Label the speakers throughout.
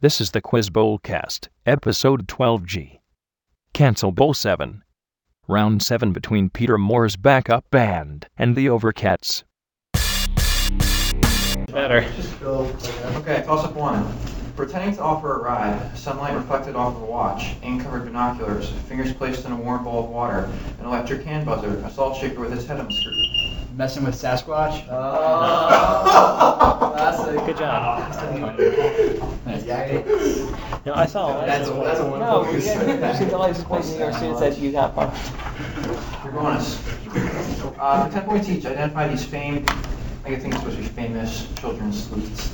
Speaker 1: This is the Quiz Bowl cast, episode 12G. Cancel Bowl 7. Round 7 between Peter Moore's backup band and the Overcats.
Speaker 2: Better.
Speaker 3: Okay, toss up one. Pretending to offer a ride, sunlight reflected off of a watch, ink-covered binoculars, fingers placed in a warm bowl of water, an electric hand buzzer, a salt shaker with its head unscrewed.
Speaker 4: Messing with Sasquatch?
Speaker 5: Oh,
Speaker 2: Classic. Good job.
Speaker 4: Nice.
Speaker 2: No, I saw.
Speaker 4: That's- that's a wonderful
Speaker 2: No,
Speaker 4: movie.
Speaker 2: you guys should always point New York City said you got one.
Speaker 3: You're bonus. Uh, for 10 points each, identify these famed, I think it's supposed to be famous children's sleuths.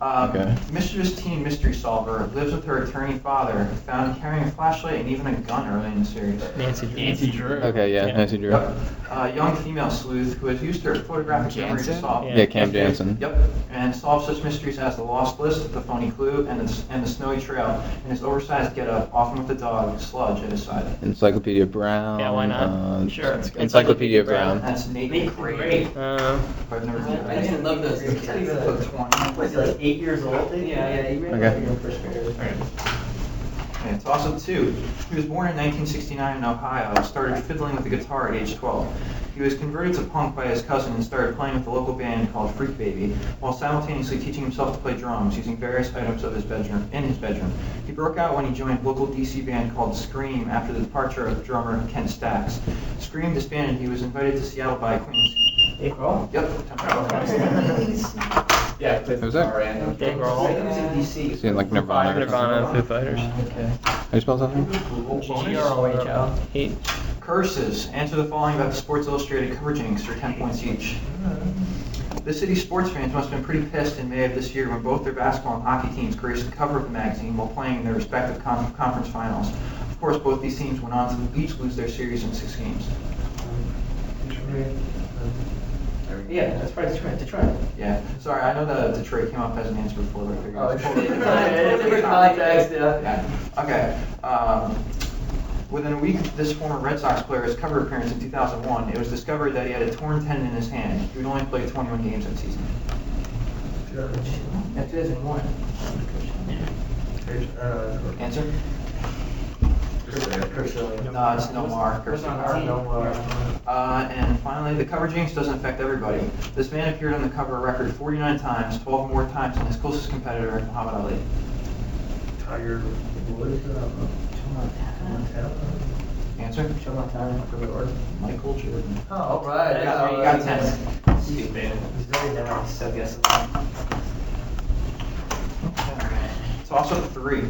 Speaker 3: Um,
Speaker 4: Okay.
Speaker 3: Mischievous teen mystery solver lives with her attorney father, found carrying a flashlight and even a gun early in the series.
Speaker 2: Nancy.
Speaker 4: Nancy Drew.
Speaker 6: Okay, yeah,
Speaker 2: Yeah.
Speaker 6: Nancy Drew.
Speaker 3: Yep. Uh, young female sleuth who has used her photographic memory to
Speaker 4: Jansen?
Speaker 3: solve.
Speaker 2: Yeah.
Speaker 6: Yeah, Cam Jansen.
Speaker 3: Yep, and solves such mysteries as the lost list, the phony clue, and the, and the snowy trail, and his oversized getup, often with the dog Sludge at his side.
Speaker 6: Encyclopedia Brown.
Speaker 2: Yeah, why not?
Speaker 6: uh,
Speaker 2: Sure.
Speaker 6: Encyclopedia
Speaker 3: And
Speaker 6: Brown.
Speaker 3: that's Nate Gray.
Speaker 2: Um,
Speaker 3: I've never seen
Speaker 5: I used to
Speaker 3: that.
Speaker 5: love those kids.
Speaker 3: So
Speaker 5: What
Speaker 3: 20.
Speaker 5: was he, like eight years old? Yeah, yeah, you were
Speaker 6: Okay.
Speaker 5: like your first grader.
Speaker 3: Okay, toss up two. He was born in 1969 in Ohio, started fiddling with the guitar at age 12. He was converted to punk by his cousin and started playing with a local band called Freak Baby, while simultaneously teaching himself to play drums using various items of his bedroom in his bedroom. He broke out when he joined local DC band called Scream after the departure of drummer Ken Stacks. Scream disbanded. He was invited to Seattle by Queens.
Speaker 5: Dave Grohl?
Speaker 3: Yep.
Speaker 4: Yeah, plays
Speaker 6: Who's that?
Speaker 2: Dave
Speaker 5: I think
Speaker 2: Grohl.
Speaker 5: it was in DC.
Speaker 6: Seeing like Nirvana. or
Speaker 2: Nirvana, Foo Fighters.
Speaker 6: something. How do you spell something?
Speaker 2: G-R-O-H-L. He,
Speaker 3: Curses. Answer the following about the Sports Illustrated cover jinx for 10 points each. The city's sports fans must have been pretty pissed in May of this year when both their basketball and hockey teams graced the cover of the magazine while playing in their respective con- conference finals. Of course, both these teams went on to each lose their series in six games.
Speaker 5: Yeah, that's probably Detroit. Detroit.
Speaker 3: Yeah. Sorry, I know that Detroit came up as an answer before, but I figured. it's totally different.
Speaker 5: Oh, Different context, yeah.
Speaker 3: Yeah. Okay. Um, within a week of this former Red Sox player's cover appearance in 2001, it was discovered that he had a torn tendon in his hand. He would only play 21 games that season.
Speaker 5: Yeah, 2001.
Speaker 3: Answer?
Speaker 5: Personally.
Speaker 3: No, it's no mark. or- Uh, and finally, the cover jinx doesn't affect everybody. This man appeared on the cover a record 49 times, 12 more times than his closest competitor, Muhammad Ali.
Speaker 5: Tiger Woods.
Speaker 3: Answer?
Speaker 5: Show my time.
Speaker 3: Michael Jordan.
Speaker 5: Oh, all right.
Speaker 3: Yeah, you got 10.
Speaker 5: He's very nice, I guess.
Speaker 3: It's also three.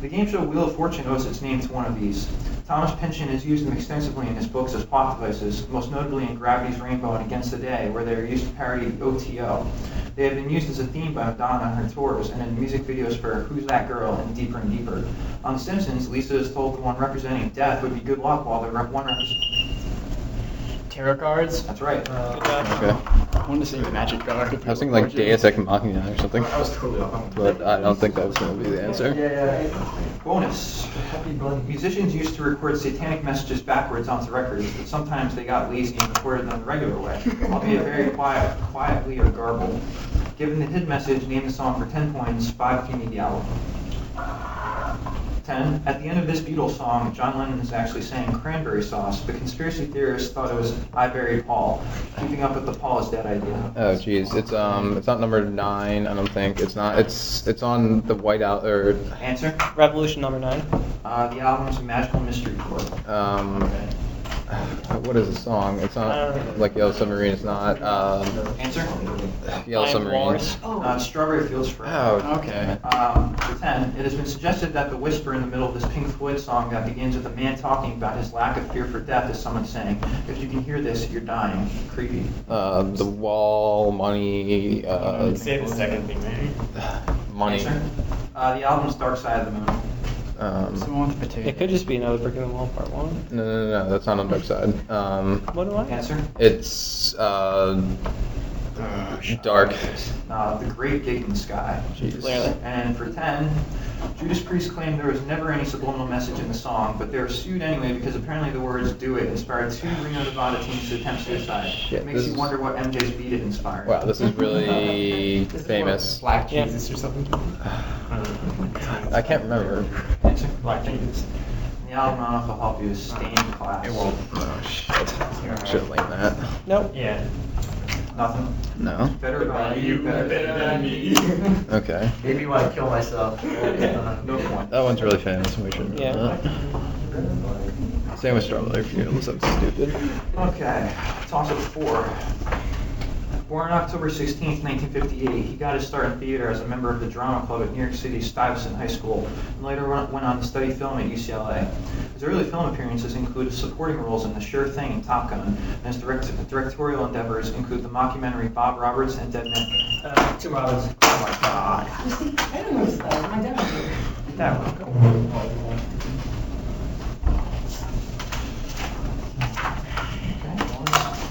Speaker 3: The game show Wheel of Fortune owes its name to one of these. Thomas Pynchon has used them extensively in his books as plot devices, most notably in Gravity's Rainbow and Against the Day, where they are used to parody OTO. They have been used as a theme by Madonna on her tours and in music videos for Who's That Girl and Deeper and Deeper. On The Simpsons, Lisa is told the one representing death would be good luck while the rep one represents.
Speaker 4: Tarot cards?
Speaker 3: That's right.
Speaker 6: Okay.
Speaker 4: I wanted to say magic card.
Speaker 6: I was thinking like Deus Ex Machina or something. But I don't think that's gonna be the answer.
Speaker 5: Yeah, yeah.
Speaker 3: Bonus.
Speaker 5: Happy Bunny.
Speaker 3: Musicians used to record satanic messages backwards onto records, but sometimes they got lazy and recorded them the regular way, albeit very quiet, quietly or garbled. Given the hidden message, name the song for 10 points, 5 if you need the album. 10. At the end of this Beatles song, John Lennon is actually saying cranberry sauce, but conspiracy theorists thought it was I buried Paul, keeping up with the Paul is dead idea.
Speaker 6: Oh jeez, it's um, it's not number nine. I don't think it's not. It's it's on the whiteout or
Speaker 3: Answer?
Speaker 2: Revolution number nine.
Speaker 3: Uh, the album's Magical Mystery Tour.
Speaker 6: um, what is the song? It's not like Yellow Submarine. It's not um,
Speaker 3: Answer?
Speaker 6: Yellow
Speaker 2: Iron
Speaker 6: Submarine.
Speaker 2: Walrus.
Speaker 3: Uh, Strawberry Fields Forever.
Speaker 6: Oh.
Speaker 4: Okay.
Speaker 3: Um, for 10, it has been suggested that the whisper in the middle of this Pink Floyd song that begins with a man talking about his lack of fear for death is someone saying, if you can hear this, you're dying. Creepy.
Speaker 6: Uh, the wall, money, uh,
Speaker 4: the second thing, maybe.
Speaker 6: money.
Speaker 3: Answer? Uh, the album's Dark Side of the Moon.
Speaker 6: Um,
Speaker 4: Someone with the potato.
Speaker 2: It could just be another brick in the wall part one.
Speaker 6: no, no, no, no, that's not on Dark Side. Um,
Speaker 2: What do I?
Speaker 3: Answer?
Speaker 6: it's uh, Dark.
Speaker 3: Uh, the Great Gig in the Sky.
Speaker 2: Clearly.
Speaker 3: And for 10, Judas Priest claimed there was never any subliminal message in the song, but they were sued anyway because apparently the words "Do It" inspired two Reno Nevada teens to attempt suicide.
Speaker 6: Yeah,
Speaker 3: it makes
Speaker 6: this
Speaker 3: you
Speaker 6: is-
Speaker 3: wonder what MJ's "Beat It" inspired.
Speaker 6: Wow, this is really
Speaker 5: This is
Speaker 6: famous.
Speaker 5: what, Black
Speaker 2: Yeah.
Speaker 5: Jesus or something?
Speaker 6: I can't remember.
Speaker 3: It's a- like, it's- The album, I don't know if it'll help you, is Stained Glass.
Speaker 6: Oh, shit.
Speaker 3: Alright.
Speaker 6: Should have linked that.
Speaker 2: Nope.
Speaker 5: Yeah.
Speaker 3: Nothing.
Speaker 6: No.
Speaker 3: Better by you, better
Speaker 5: Better than
Speaker 3: than me.
Speaker 5: me.
Speaker 6: Okay.
Speaker 5: Made me want to kill myself.
Speaker 3: No point.
Speaker 6: That one's really famous. We should remember that. Same with Strawberry Fields. so stupid.
Speaker 3: Okay, it's also four. Born on October 16, 1958, he got his start in theater as a member of the drama club at New York City's Stuyvesant High School, and later went went on to study film at UCLA. His early film appearances included supporting roles in The Sure Thing and Top Gun, and his direct- directorial endeavors include the mockumentary Bob Roberts and Dead Man.
Speaker 5: Uh, Tim Robbins.
Speaker 3: Oh my God,
Speaker 7: You see, I don't know this stuff. My dad was here.
Speaker 3: that one. Okay, well, that's-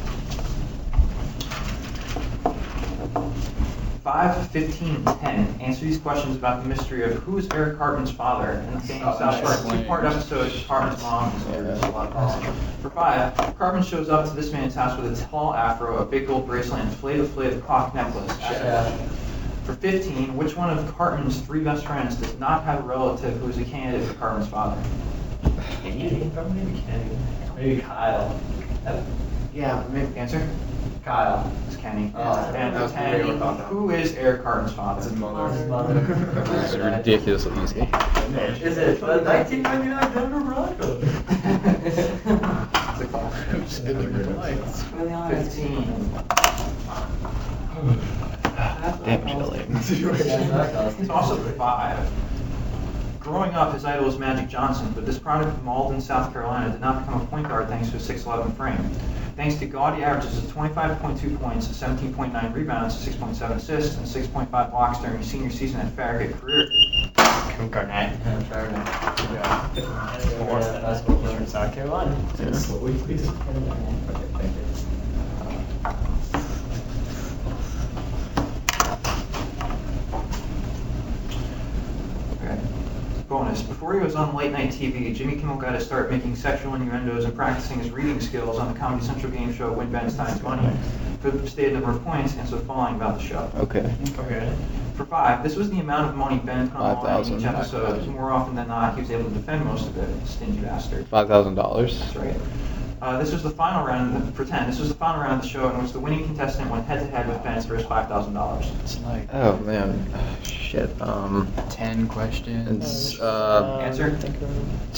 Speaker 3: Five, fifteen, ten. Answer these questions about the mystery of who is Eric Cartman's father and the famous
Speaker 5: Oh,
Speaker 3: South Park
Speaker 5: nice.
Speaker 3: two-part episode Cartman's mom. is a lot of- For five, Cartman shows up to this man's house with a tall afro, a big gold bracelet, and a flayed-of-flayed clock necklace. For 15, which one of Cartman's three best friends does not have a relative who is a candidate for Cartman's father?
Speaker 5: Andy? Probably maybe Kenny. Maybe Kyle. Uh, Yeah, maybe
Speaker 3: Answer?
Speaker 5: Kyle.
Speaker 3: It's Kenny.
Speaker 5: Oh,
Speaker 3: and
Speaker 5: that was the
Speaker 3: Kenny,
Speaker 5: real thought.
Speaker 3: who is Eric Cartman's father?
Speaker 5: His mother.
Speaker 6: It's ridiculously easy.
Speaker 5: Is it the 1999 Denver Broncos?
Speaker 3: It's a clock.
Speaker 7: Really honest.
Speaker 3: 15.
Speaker 6: Damn, Shelley.
Speaker 3: He's also five. Growing up, his idol was Magic Johnson, but this product of Malden, South Carolina, did not become a point guard thanks to a 6'11 frame. Thanks to gaudy averages of 25.2 points, 17.9 rebounds, 6.7 assists, and 6.5 blocks during his senior season at Farragut career.
Speaker 4: Kim Garnett. He's from South Carolina.
Speaker 3: Okay. Bonus. Before he was on late night TV, Jimmy Kimmel got to start making sexual innuendos and practicing his reading skills on the Comedy Central game show Win Ben Stein's Money, to stay a number of points and so following about the show.
Speaker 6: Okay.
Speaker 4: Okay.
Speaker 3: For five, this was the amount of money Ben put on the line in each
Speaker 6: 5,000,
Speaker 3: episode.
Speaker 6: 5,000.
Speaker 3: More often than not, he was able to defend most of it. Stingy bastard.
Speaker 6: Five thousand dollars.
Speaker 3: That's right. Uh, this was the final round. Of the, pretend this was the final round of the show in which the winning contestant went head to head with Ben for his five thousand dollars.
Speaker 4: It's like
Speaker 6: Oh man, shit. Um,
Speaker 4: 10 questions.
Speaker 6: it's uh,
Speaker 3: Answer.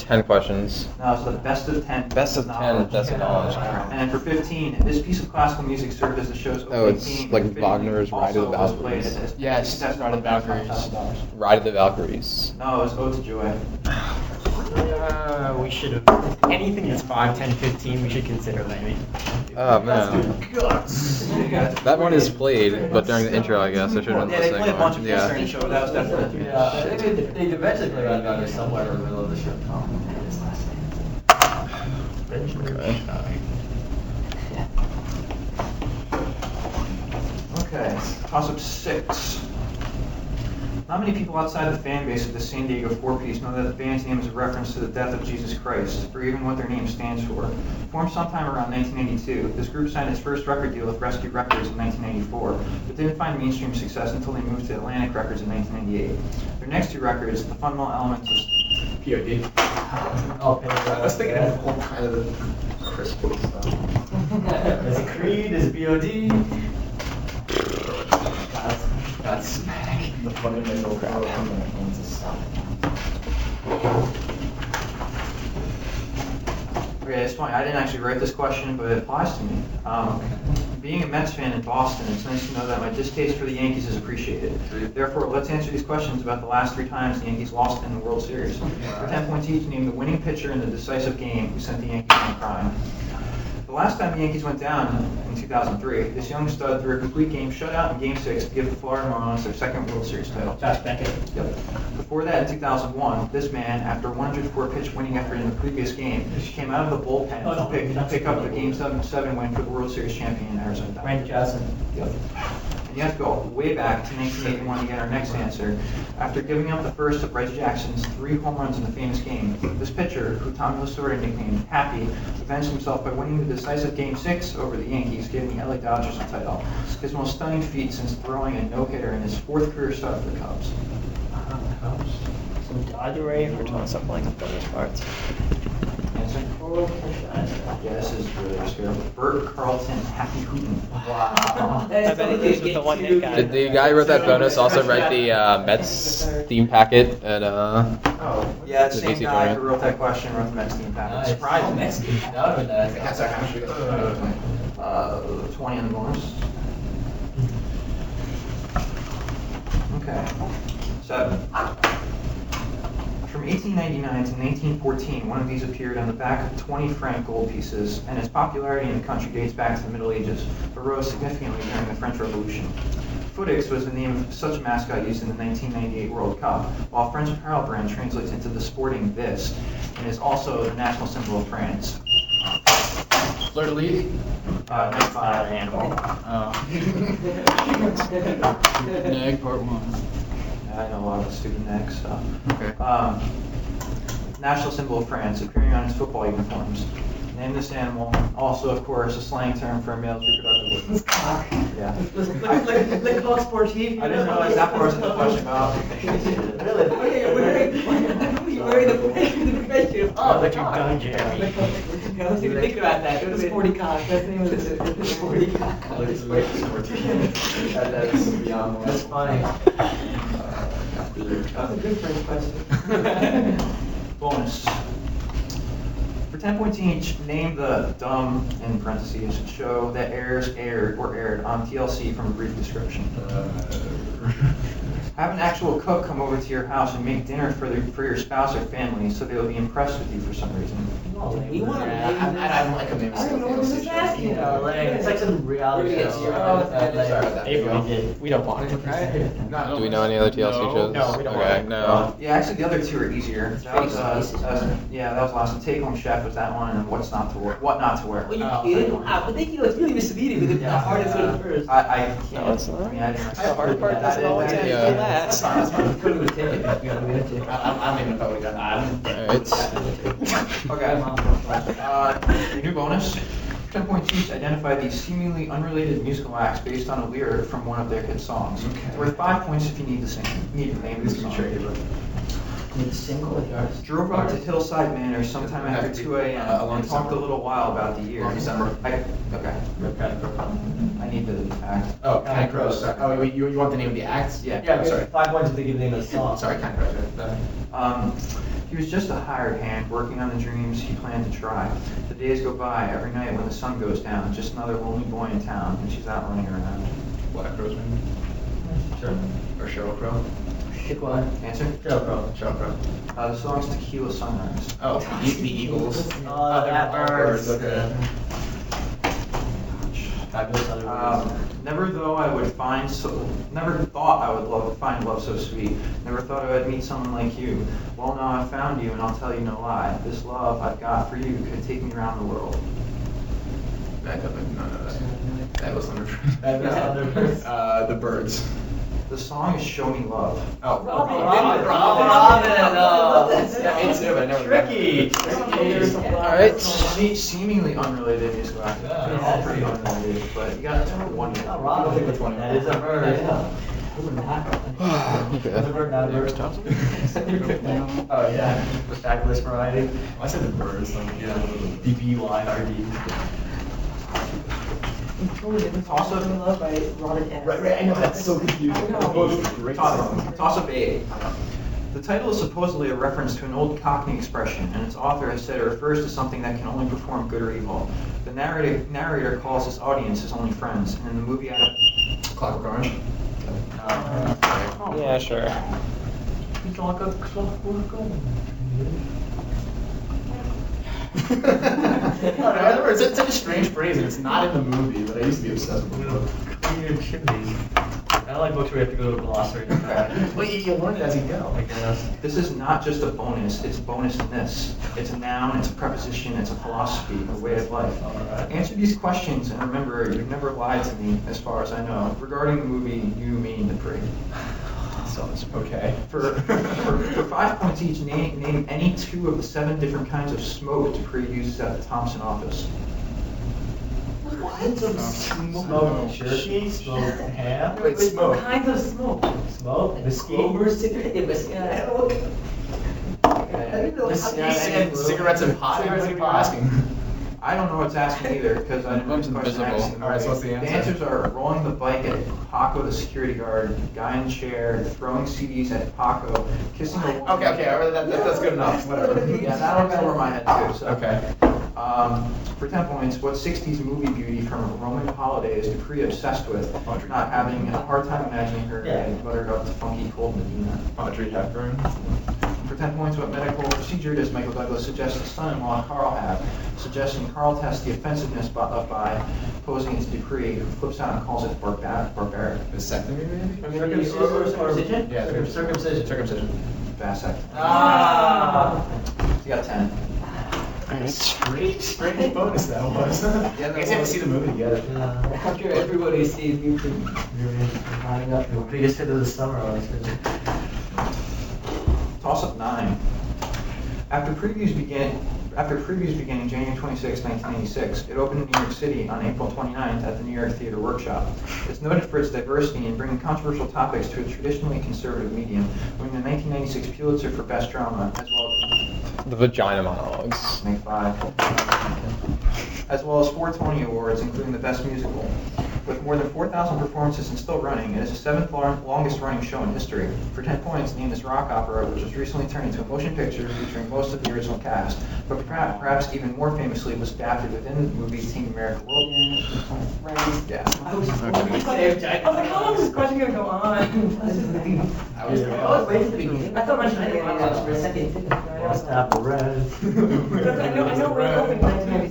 Speaker 6: ten questions.
Speaker 3: Now it's the best of ten.
Speaker 6: Best of 10,
Speaker 3: knowledge.
Speaker 6: best of knowledge.
Speaker 3: And for fifteen, this piece of classical music served as the show's opening
Speaker 6: Oh, it's
Speaker 3: theme.
Speaker 6: like
Speaker 3: and
Speaker 6: Wagner's
Speaker 3: fittingly
Speaker 6: Ride of the
Speaker 3: also was played
Speaker 6: Valkyries.
Speaker 3: as- as
Speaker 4: Yes,
Speaker 3: contestant
Speaker 4: Ride of the
Speaker 3: won
Speaker 4: Valkyries.
Speaker 3: $5,000.
Speaker 6: Ride of the Valkyries.
Speaker 3: No, it was Ode to Joy.
Speaker 4: Uh, we should have, anything that's 5, 10, 15, we should consider maybe.
Speaker 6: Oh man, that one is played, but during the intro, I guess I should have
Speaker 3: Yeah,
Speaker 6: the
Speaker 3: they
Speaker 6: second
Speaker 3: played a bunch
Speaker 6: one.
Speaker 3: of yeah. during the
Speaker 6: Yeah.
Speaker 3: show. but That was definitely.
Speaker 5: Yeah, they, did- they eventually played on Valkyrie somewhere in the middle of the show.
Speaker 6: Okay.
Speaker 3: Okay, toss up six. Not many people outside the fan base of the San Diego Four Piece know that the band's name is a reference to the death of Jesus Christ, or even what their name stands for. Formed sometime around 1982, this group signed its first record deal with Rescue Records in 1984, but didn't find mainstream success until they moved to Atlantic Records in 1998. Their next two records, The Fundamental Elements of
Speaker 5: POD. Oh, POD.
Speaker 4: Let's think of that
Speaker 5: whole kind of the Christian stuff. There's a creed, there's a POD. That's, that's smack. The fundamental crowd.
Speaker 3: Okay, it's funny. I didn't actually write this question, but it applies to me. Um, being a Mets fan in Boston, it's nice to know that my distaste for the Yankees is appreciated. Therefore, let's answer these questions about the last three times the Yankees lost in the World Series. For 10 points each, name the winning pitcher in the decisive game who sent the Yankees on crying. The last time the Yankees went down in 2003, this young stud threw a complete game shutout in Game 6 to give the Florida Marlins their second World Series title.
Speaker 5: Josh Beckett.
Speaker 3: Yep. Before that, in 2001, this man, after a 104-pitch winning effort in the previous game, came out of the bullpen
Speaker 5: Oh,
Speaker 3: to
Speaker 5: no.
Speaker 3: pick, to pick up the Game 7 seven win for the World Series champion Arizona Diamondbacks.
Speaker 5: Randy Johnson.
Speaker 3: Yep. In You have to go way back to 1981 to get our next answer. After giving up the first of Reggie Jackson's three home runs in the famous game, this pitcher, who Tommy Lasorda nicknamed Happy, avenged himself by winning the decisive Game 6 over the Yankees, giving the LA Dodgers the title. His most stunning feat since throwing a no-hitter in his fourth career start for the Cubs.
Speaker 2: Either way, if we're talking something like the bonus parts.
Speaker 3: Answer? Yeah, this is really obscure. Bert Carlton Happy Hooten.
Speaker 5: Wow.
Speaker 2: I bet it is with the one hit guy.
Speaker 6: Did the guy who wrote that bonus also write the uh, Mets theme packet at uh?
Speaker 5: Oh.
Speaker 3: Yeah, it's
Speaker 6: It's
Speaker 3: the same
Speaker 6: easy
Speaker 3: guy
Speaker 6: for
Speaker 3: who
Speaker 6: it.
Speaker 3: wrote that question wrote the Mets team package.
Speaker 5: Surprising. That's good. No, no, that's
Speaker 3: Uh, 20 on the bonus. Okay. Seven. From 1899 to 1914, one of these appeared on the back of 20 franc gold pieces, and its popularity in the country dates back to the Middle Ages, but rose significantly during the French Revolution. Footix was the name of such a mascot used in the 1998 World Cup, while French apparel brand translates into the sporting this, and is also the national symbol of France.
Speaker 6: Fleur de lis.
Speaker 3: Uh, number five.
Speaker 2: Oh.
Speaker 6: Nag part one.
Speaker 3: I know a lot of student neck stuff.
Speaker 6: Okay.
Speaker 3: Um, national symbol of France appearing on its football uniforms. Name this animal. Also, of course, a slang term for a male's reproductive organs. Yeah.
Speaker 5: Le coq sportif.
Speaker 3: I didn't realize that part was in the question about.
Speaker 5: Really?
Speaker 7: We're we're- we're the profession, the profession.
Speaker 5: Oh, the
Speaker 4: You've done, Jerry.
Speaker 7: I was even thinking about that. It was forty cock. That's the name of the, the forty cock.
Speaker 5: That- That's beyond. That's funny.
Speaker 7: That was a good first question.
Speaker 3: Bonus. For 10 points each, name the dumb, in parentheses, show that errors aired or aired on TLC from a brief description. Have an actual cook come over to your house and make dinner for, the, for your spouse or family so they'll be impressed with you for some reason.
Speaker 7: We want to.
Speaker 5: Yeah, I- I don't like a name.
Speaker 7: I don't even know what this is asking.
Speaker 5: You know, like, it's like some reality
Speaker 7: We're gonna get
Speaker 5: show.
Speaker 7: zero.
Speaker 5: uh,
Speaker 7: Sorry
Speaker 5: like-
Speaker 7: about
Speaker 6: that.
Speaker 5: April, we did. We don't want it, right?
Speaker 6: Do we know any other TLC shows?
Speaker 4: No, we don't
Speaker 6: Okay,
Speaker 4: want it.
Speaker 6: no.
Speaker 3: Yeah, actually, the other two are easier. That was, uh, that was- yeah, that was last one. Take Home Chef was that one, and What's Not to Wear. What Not to Wear.
Speaker 7: Well, you did. I but think you was really misleading with the the
Speaker 5: Yeah.
Speaker 7: hardest one first.
Speaker 3: I, I
Speaker 2: No, it's
Speaker 3: can't.
Speaker 2: not.
Speaker 3: I mean, I didn't.
Speaker 5: The hard part doesn't always
Speaker 6: end for Yeah.
Speaker 5: That's fine, that's fine. We could have taken it. You know, we had to. I, I I don't even know if I would have done
Speaker 6: All right.
Speaker 5: it.
Speaker 3: Okay. Uh, your new bonus. 10.2 identify these seemingly unrelated musical acts based on a lyric from one of their hit songs.
Speaker 5: Okay.
Speaker 3: Worth five points if you need to sing. Need to name the song.
Speaker 5: Need a single with yours.
Speaker 3: Drove out to Hillside Manor sometime after 2 a.m. and talked a little while about the year.
Speaker 5: Long summer.
Speaker 3: I, okay. I need the act.
Speaker 5: Oh, Counting Crows.
Speaker 6: Oh, you, you want the name of the act?
Speaker 3: Yeah.
Speaker 5: Yeah, I'm sorry. Five points if they give the name of the song.
Speaker 6: Sorry, Counting Crows.
Speaker 3: Um, he was just a hired hand, working on the dreams he planned to try. The days go by every night when the sun goes down. Just another lonely boy in town, and she's out running around.
Speaker 6: Black Rose maybe?
Speaker 5: Sure.
Speaker 6: Or Cheryl Crow?
Speaker 5: Pick one.
Speaker 3: Answer?
Speaker 5: Trail Pro.
Speaker 6: Cheryl Crow.
Speaker 3: Uh, the song's Tequila Sunrise.
Speaker 6: Oh, the Eagles.
Speaker 5: Oh, that hurts.
Speaker 6: Okay.
Speaker 5: Fabulous other words.
Speaker 3: Um, never though I would find so, never thought I would love, find love so sweet. Never thought I would meet someone like you. Well, now I found you, and I'll tell you no lie. This love I've got for you could take me around the world.
Speaker 6: Back up, no, no, that, that was under.
Speaker 5: That was under-
Speaker 6: Uh, the birds.
Speaker 3: The song is Show Me Love.
Speaker 6: Oh.
Speaker 7: Robin.
Speaker 5: Robin, Robin,
Speaker 7: Love that
Speaker 5: Robin,
Speaker 7: song.
Speaker 6: Yeah, me too, but I never.
Speaker 5: Tricky.
Speaker 6: Alright.
Speaker 3: Se- seemingly unrelated musical acts.
Speaker 5: Yeah.
Speaker 3: They're all pretty unrelated, but you got one.
Speaker 5: Not Robin. That is a bird. Another bird, not a bird. Oh, yeah, the fabulous variety. I said the birds, like, yeah, the B-Y-R-D.
Speaker 3: Oh, Toss up.
Speaker 7: Love by Robin Ennis.
Speaker 5: Right, right, I know, that's so confusing.
Speaker 7: I know.
Speaker 5: They're both great songs.
Speaker 3: Toss, toss up eight. The title is supposedly a reference to an old Cockney expression, and its author has said it refers to something that can only perform good or evil. The narrator, narrator calls his audience his only friends, and in the movie uh, ad-
Speaker 6: Clockwork Orange.
Speaker 3: Uh,
Speaker 2: Yeah, sure.
Speaker 5: In other words, it's such a strange phrase, and it's not in the movie, but I used to be obsessed with it.
Speaker 4: Clean your chimneys.
Speaker 5: I I like books where you have to go to a glossary.
Speaker 4: Well, you, you learn it as you go.
Speaker 5: I guess.
Speaker 3: This is not just a bonus, it's bonus in this. It's a noun, it's a preposition, it's a philosophy, a way of life. Answer these questions and remember, you've never lied to me, as far as I know, regarding the movie You Mean the Pre.
Speaker 4: So it's
Speaker 5: Okay.
Speaker 3: For, for, for five points each, name, name any two of the seven different kinds of smoke Dupree uses at the Thompson office.
Speaker 7: What?
Speaker 5: Smoke jerky, smoke ham.
Speaker 4: Wait, smoke.
Speaker 7: Kinds of smoke.
Speaker 5: Smoke, whiskey.
Speaker 7: Clover cigarette, it was, yeah, look. I don't know. how
Speaker 4: Yeah,
Speaker 7: these
Speaker 4: and cigarettes and pot.
Speaker 5: Cigarettes
Speaker 4: What are
Speaker 5: and
Speaker 4: you
Speaker 5: pot.
Speaker 4: asking?
Speaker 3: I don't know what's asking either, because I never
Speaker 6: One's
Speaker 3: the question I
Speaker 6: invisible.
Speaker 3: asked in the
Speaker 4: All right, so what's
Speaker 3: movie.
Speaker 4: the answer?
Speaker 3: answers are rolling the bike at Paco the security guard, guy in chair, throwing CDs at Paco, kissing a woman.
Speaker 4: Okay, okay, all right, that, that, that's good enough. Whatever.
Speaker 3: Yeah, that'll go over my head too, so.
Speaker 4: Okay.
Speaker 3: Um, for 10 points, what 60s movie beauty from Roman Holiday is Dupree obsessed with?
Speaker 5: Audrey.
Speaker 3: Not having a hard time imagining her
Speaker 4: Yeah.
Speaker 3: and buttered up to funky cold Medina.
Speaker 5: Audrey Hepburn.
Speaker 3: For 10 points, what medical procedure does Michael Douglas suggest his son-in-law Carl have? Suggesting Carl test the offensiveness by, uh, by posing as Dupree, who flips out and calls it barba- barbaric.
Speaker 6: Vasectomy maybe?
Speaker 5: Circumcision or-
Speaker 7: Circumcision?
Speaker 6: Yeah,
Speaker 5: Circum- circumcision.
Speaker 6: Circumcision.
Speaker 3: Vasect.
Speaker 4: Ah.
Speaker 3: You got 10.
Speaker 4: Straight, straight bonus that was.
Speaker 3: Yeah,
Speaker 4: I guess you have to see the movie to get it.
Speaker 7: After everybody sees you,
Speaker 5: Lining up your biggest hit of the summer, Oh, honestly.
Speaker 3: Toss-up 9. After previews began, after previews began January 26, 1986, it opened in New York City on April 29th at the New York Theater Workshop. It's noted for its diversity in bringing controversial topics to a traditionally conservative medium, winning the 1996 Pulitzer for Best Drama, as well
Speaker 6: The vagina monologues.
Speaker 3: Make five. As well as four Tony Awards, including the Best Musical. With more than 4,000 performances and still running, it is the seventh lar- longest-running show in history. For 10 points, name this rock opera, which was recently turned into a motion picture featuring most of the original cast, but perhaps, perhaps even more famously was adapted within the movie Team America World. Yeah.
Speaker 7: I was, I was like, how long is this question gonna go on? Let's just leave.
Speaker 6: I was
Speaker 7: I was oh, waiting for the beginning. I thought my I didn't watch for a second. didn't I? I
Speaker 5: Lost
Speaker 7: know.
Speaker 5: apple red.
Speaker 7: But I know, I know we're open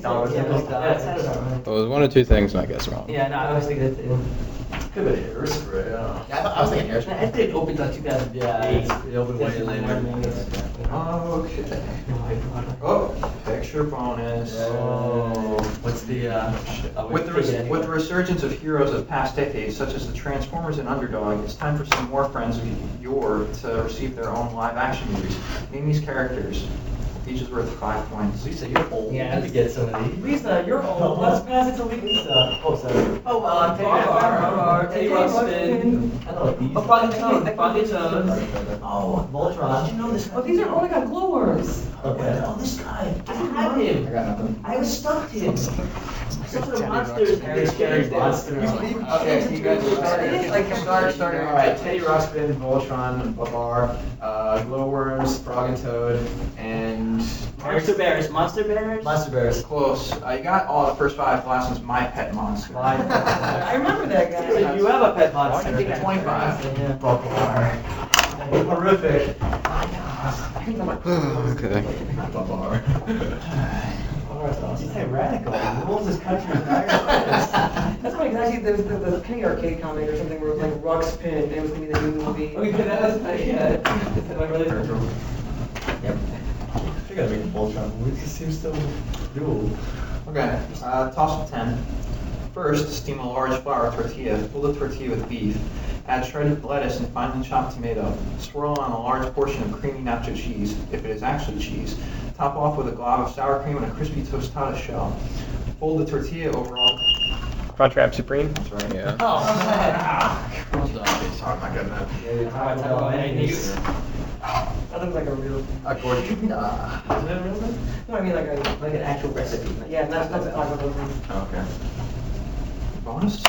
Speaker 5: Dollars
Speaker 7: 1996. yeah,
Speaker 5: and
Speaker 7: that's-
Speaker 5: those dollars.
Speaker 7: that's-
Speaker 6: It was one of two things, and I guess wrong.
Speaker 7: Yeah, no, I always think that's it.
Speaker 5: Could have been hairspray. I don't know.
Speaker 4: I, thought, I was thinking
Speaker 7: I
Speaker 4: hairspray.
Speaker 7: had to open till 2000.
Speaker 5: It opened way later.
Speaker 3: Okay. Oh, picture bonus.
Speaker 5: Oh, what's the, uh?
Speaker 3: With the, res- with the resurgence of heroes of past decades, such as the Transformers and Underdog, it's time for some more friends of yore to receive their own live-action movies. Name these characters. Each is worth five points.
Speaker 5: Lisa, you're old. You
Speaker 7: Yeah.
Speaker 5: could get some of these.
Speaker 7: Lisa, you're old. Let's pass it to Lisa.
Speaker 5: Lisa. Oh, sorry.
Speaker 7: Oh, well, I'm taking
Speaker 5: Bar,
Speaker 7: a
Speaker 5: bar, bar,
Speaker 7: bar.
Speaker 5: take
Speaker 7: a
Speaker 5: one spin. I know these.
Speaker 7: Oh, Foggy Tones, Foggy Tones.
Speaker 5: Oh, Voltron. Did you know this?
Speaker 7: Oh, these are, oh my god, glowers.
Speaker 5: Okay.
Speaker 7: Oh, this guy. I had him.
Speaker 4: I got nothing.
Speaker 7: I was stuck to him. Some of the monsters.
Speaker 5: Harry Scary Monster.
Speaker 4: Okay, you guys are
Speaker 7: It's like a
Speaker 4: Start, start, all right, Teddy Ruxpin, Voltron, Babar, uh, Glowworms, Frog and Toad, and
Speaker 7: Monster bears, monster bears.
Speaker 4: Monster Bears.
Speaker 3: Close. I got all the first five. The last one's My Pet Monster.
Speaker 5: My
Speaker 7: I remember that guy.
Speaker 5: You have a pet monster.
Speaker 3: I think 25.
Speaker 4: Babar. Horrific.
Speaker 6: okay.
Speaker 4: Babar.
Speaker 5: You say radical. He rules this country with iron
Speaker 7: That's funny, because actually, there was the, the Penny Arcade comic or something where it was like Rux Pin, and it was gonna be the new movie.
Speaker 5: Okay, that was funny, yeah.
Speaker 7: yeah.
Speaker 5: fist. You gotta make a Voltron movie. This seems so dual.
Speaker 3: Okay, uh, toss of 10. First, steam a large flour tortilla, fill the tortilla with beef, add shredded lettuce and finely chopped tomato, swirl on a large portion of creamy nacho cheese, if it is actually cheese, top off with a glob of sour cream and a crispy tostada shell. Fold the tortilla over all.
Speaker 6: Crunchwrap Supreme? That's right. Yeah.
Speaker 4: Oh my goodness.
Speaker 5: Yeah, how I tell
Speaker 7: Mayonnaise. That looks like a real,
Speaker 4: A Gorgina.
Speaker 7: no, I mean like a, like an actual recipe. Yeah, that's, that's, that's.
Speaker 4: Okay.
Speaker 3: Bonus?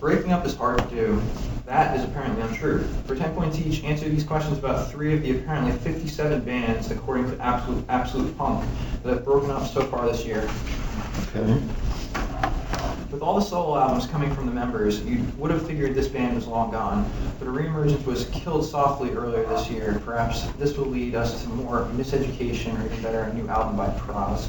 Speaker 3: Breaking up is hard to do. That is apparently untrue. For 10 points each, answer these questions about three of the apparently 57 bands, according to Absolute, Absolute Punk, that have broken up so far this year.
Speaker 6: Okay.
Speaker 3: The With all the solo albums coming from the members, you would have figured this band was long gone, but a reemergence was killed softly earlier this year. Perhaps this will lead us to more miseducation, or even better, a new album by Proz.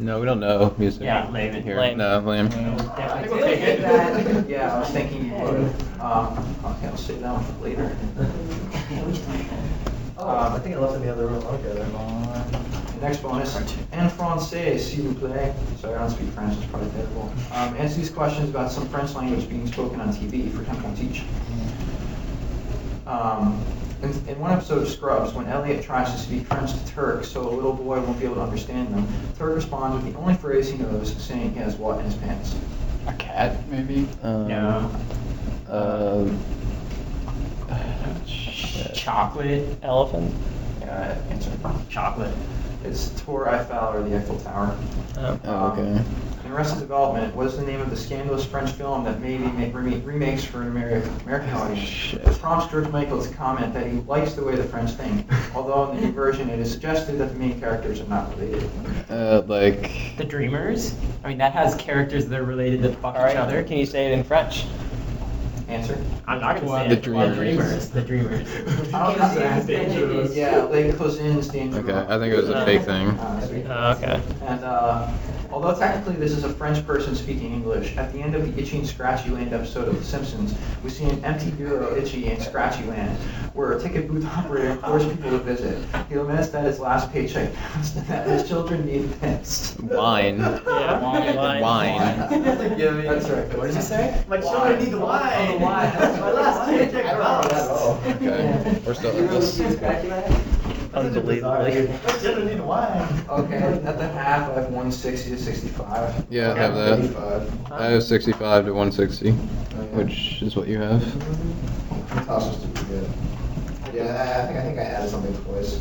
Speaker 6: No, we don't know music.
Speaker 8: Yeah, lame.
Speaker 6: Here.
Speaker 8: Lame.
Speaker 6: No, lame.
Speaker 8: I
Speaker 7: think we'll take it. That-
Speaker 3: yeah, I was thinking you would. Um, okay, I'll save that one for later.
Speaker 5: Um,
Speaker 4: Oh, I think I left it in the other room. Okay, there. Come
Speaker 3: Next bonus, en français, s'il vous plaît. Sorry, I don't speak French, it's probably terrible. Um, answer these questions about some French language being spoken on TV, for example, teach. Um, in, in one episode of Scrubs, when Elliot tries to speak French to Turk so a little boy won't be able to understand them, Turk responds with the only phrase he knows, saying he has what in his pants.
Speaker 5: A cat, maybe?
Speaker 6: Um,
Speaker 8: No.
Speaker 6: Uh,
Speaker 8: Chocolate.
Speaker 2: Elephant?
Speaker 3: Uh, answer.
Speaker 8: Chocolate.
Speaker 3: It's Tor Eiffel or the Eiffel Tower.
Speaker 2: Oh.
Speaker 6: oh, okay.
Speaker 3: In Arrested Development, what is the name of the scandalous French film that maybe make rem- remakes for an American, American audience?
Speaker 6: Shit.
Speaker 3: It prompts George Michael to comment that he likes the way the French think, although in the new version it is suggested that the main characters are not related.
Speaker 6: Uh, like.
Speaker 8: The Dreamers. I mean, that has characters that are related that fuck
Speaker 2: All right,
Speaker 8: each other.
Speaker 2: can you say it in French?
Speaker 3: Answer?
Speaker 8: I'm not gonna say
Speaker 6: The
Speaker 8: it.
Speaker 6: Dreamers.
Speaker 8: The Dreamers.
Speaker 3: I don't think so. Yeah, Les Cousins, Danger.
Speaker 6: Okay, I think it was a fake thing.
Speaker 3: Uh, so-
Speaker 2: Oh, okay.
Speaker 3: And uh, although technically this is a French person speaking English, at the end of the Itchy and Scratchy Land episode of The Simpsons, we see an empty bureau Itchy and Scratchy Land, where a ticket booth operator implores people to visit. He laments that his last paycheck comes to that his children need pets.
Speaker 6: Wine.
Speaker 2: Yeah.
Speaker 8: Wine.
Speaker 2: Wine.
Speaker 6: Wine.
Speaker 3: That's right.
Speaker 5: What did you say?
Speaker 4: My children need the wine.
Speaker 5: Oh, the wine. That's my last paycheck.
Speaker 4: I don't know that at all.
Speaker 6: Okay. We're still at this.
Speaker 2: Unbelievably.
Speaker 4: My children need wine.
Speaker 3: Okay, at the half, I have 160 to 65.
Speaker 6: Yeah, I have that. I have 65 to 160, which is what you have.
Speaker 4: Toss was pretty good. Yeah, I I think, I think I added something twice.